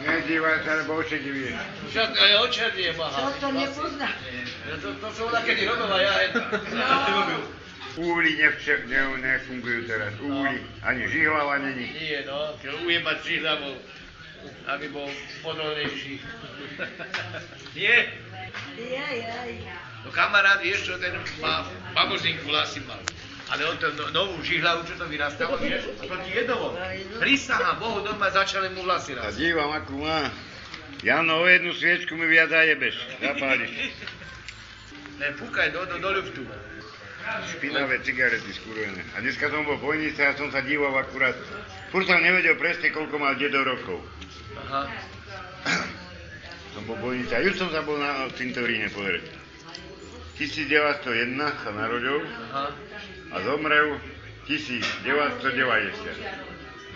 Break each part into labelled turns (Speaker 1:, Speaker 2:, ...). Speaker 1: Nedívaj sa, lebo oči ti vidíš.
Speaker 2: Však aj očernie má.
Speaker 3: To, to nepozná.
Speaker 2: Ja to, to som ona kedy robil a ja aj tak.
Speaker 1: Úly nevče, ne, nefungujú teraz. Úly. Ani žihlava není.
Speaker 2: Nie no, keď ujebať si hlavou, aby bol podolnejší. Nie?
Speaker 3: Jaj, jaj.
Speaker 2: No kamarát, vieš čo, ten má babozinku vlasy mal. Ale on to no, novú žihlavu, čo to vyrastalo, vieš, proti jedovom. Prisahám Bohu, doma začali mu vlasy
Speaker 1: A
Speaker 2: raz.
Speaker 1: dívam, akú má. Jano, o jednu sviečku mi viac zajebeš. Zapáliš.
Speaker 2: Ne, púkaj do, do, do ľuftu.
Speaker 1: Špinavé cigarety skurvené. A dneska som bol v bojnici a som sa díval akurát. Furt som nevedel presne, koľko mal dedo rokov.
Speaker 2: Aha.
Speaker 1: Som bol v bojnici a už som sa bol na cintoríne pozrieť. 1901 sa narodil
Speaker 2: Aha.
Speaker 1: a zomrel 1990.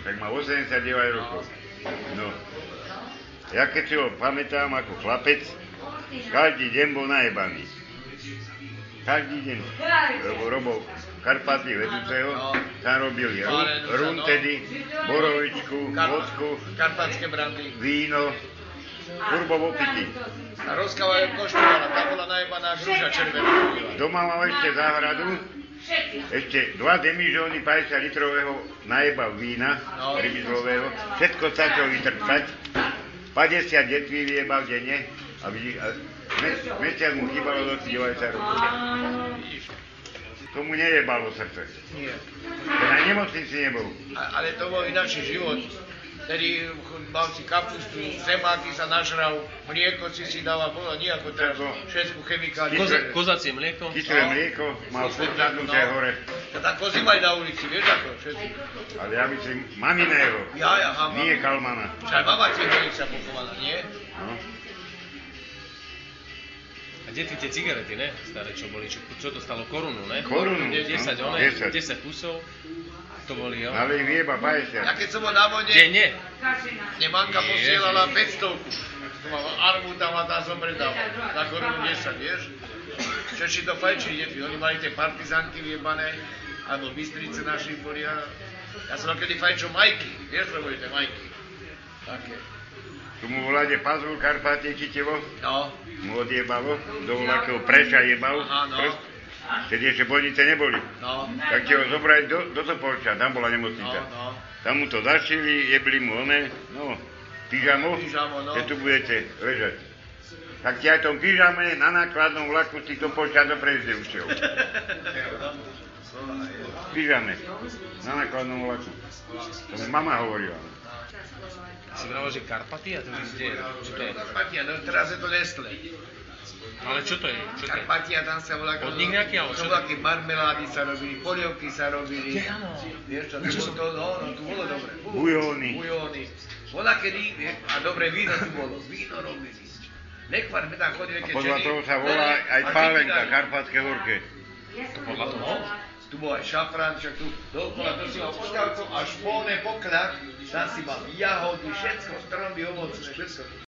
Speaker 1: Tak má 89 rokov. No. Ja keď si ho pamätám ako chlapec, každý deň bol najebaný. Každý deň. Lebo robil Karpaty vedúceho, tam robili run, run tedy, borovičku, vodku,
Speaker 2: Karpatské brandy.
Speaker 1: víno, kurbo opity.
Speaker 2: A rozkávajú koštovala, tá bola najebaná hruža červená.
Speaker 1: Doma mal ešte záhradu, ešte dva demižóny 50 litrového najeba vína,
Speaker 2: No.
Speaker 1: rybizlového, všetko stačilo vytrpať, 50 detví vyjebal denne a, vidí, a mes, mesiac mu chýbalo do 90 rokov. Tomu nejebalo srdce.
Speaker 2: Nie.
Speaker 1: Ten aj nemocnici nebol.
Speaker 2: A, ale to bol ináčší život. Tedy mal si kapustu, zemáky sa nažral, mlieko si si dával, bolo nejako teraz
Speaker 1: Tako.
Speaker 2: všetku chemikáliu.
Speaker 1: Koza-
Speaker 4: kozacie mlieko.
Speaker 2: No.
Speaker 1: Kyslé mlieko, mal chutnadnuté hore,
Speaker 2: A tak kozy mali na ulici, vieš ako, všetci.
Speaker 1: ale ja myslím maminého,
Speaker 2: Ja, ja, ha, mám.
Speaker 1: nie kalmana.
Speaker 2: Čaj, mama ti je sa pochovaná, nie?
Speaker 1: No.
Speaker 4: A deti tie cigarety, ne? Staré, čo boli, čo, čo to stalo korunu, ne?
Speaker 1: Korunu,
Speaker 4: De- 10,
Speaker 1: no,
Speaker 4: one,
Speaker 1: 10.
Speaker 4: 10. kusov. To boli, jo.
Speaker 1: Ale ich vyjeba 50.
Speaker 2: Ja keď som bol na vojne,
Speaker 4: Denne.
Speaker 2: mne manka posielala 500 Tu mám armu tam a tá som predával. Na korunu 10, vieš? Češi to fajčili deti, oni mali tie partizanky vyjebané, alebo Bystrice naši boli. A... Ja som kedy fajčil majky, vieš, lebo je tie majky. Také.
Speaker 1: Tu mu voláte Pazul Karpatie Kytivo.
Speaker 2: No,
Speaker 1: mu odjebalo, do voľakého preša jebal,
Speaker 2: Aha, no.
Speaker 1: prst, keď ešte bolnice neboli.
Speaker 2: no,
Speaker 1: Tak ti ho zobrali do, do Topolča, tam bola
Speaker 2: no,
Speaker 1: nemocnica.
Speaker 2: no.
Speaker 1: Tam mu to zašili, jebli mu one, no, pyžamo,
Speaker 2: Pyžamo, no.
Speaker 1: že tu budete ležať. Tak ti aj v tom pyžame na nákladnom vlaku z tých Topolča do Prejzde ušiel. V pyžame, na nákladnom vlaku. To mi mama hovorila.
Speaker 4: Si vraval, že Karpaty? A to už kde je? Čo to je?
Speaker 2: Karpatia, no teraz je to Nestle.
Speaker 4: Ale čo to je? Čo to je?
Speaker 2: Karpatia tam sa volá...
Speaker 4: Podnik nejaký, alebo čo?
Speaker 2: To aké marmelády sa robili, polievky sa robili.
Speaker 4: Je, áno.
Speaker 2: Vieš čo, to, bolo- to, no, no, tu bolo dobre.
Speaker 1: Bujóny.
Speaker 2: Bujóny. Bola kedy, vie- a dobre víno tu bolo, víno robili. Nekvar by tam chodili,
Speaker 1: A
Speaker 2: keď
Speaker 1: podľa
Speaker 2: ženy-
Speaker 1: toho sa volá aj
Speaker 2: a
Speaker 1: pálenka,
Speaker 2: vybírali.
Speaker 1: karpatské horke.
Speaker 4: Podľa toho?
Speaker 2: Tu bol aj šafrán, však tu dokola, to si mal postavku, až plné pokrak, tam si mal jahody, všetko, stromy, ovoce, všetko.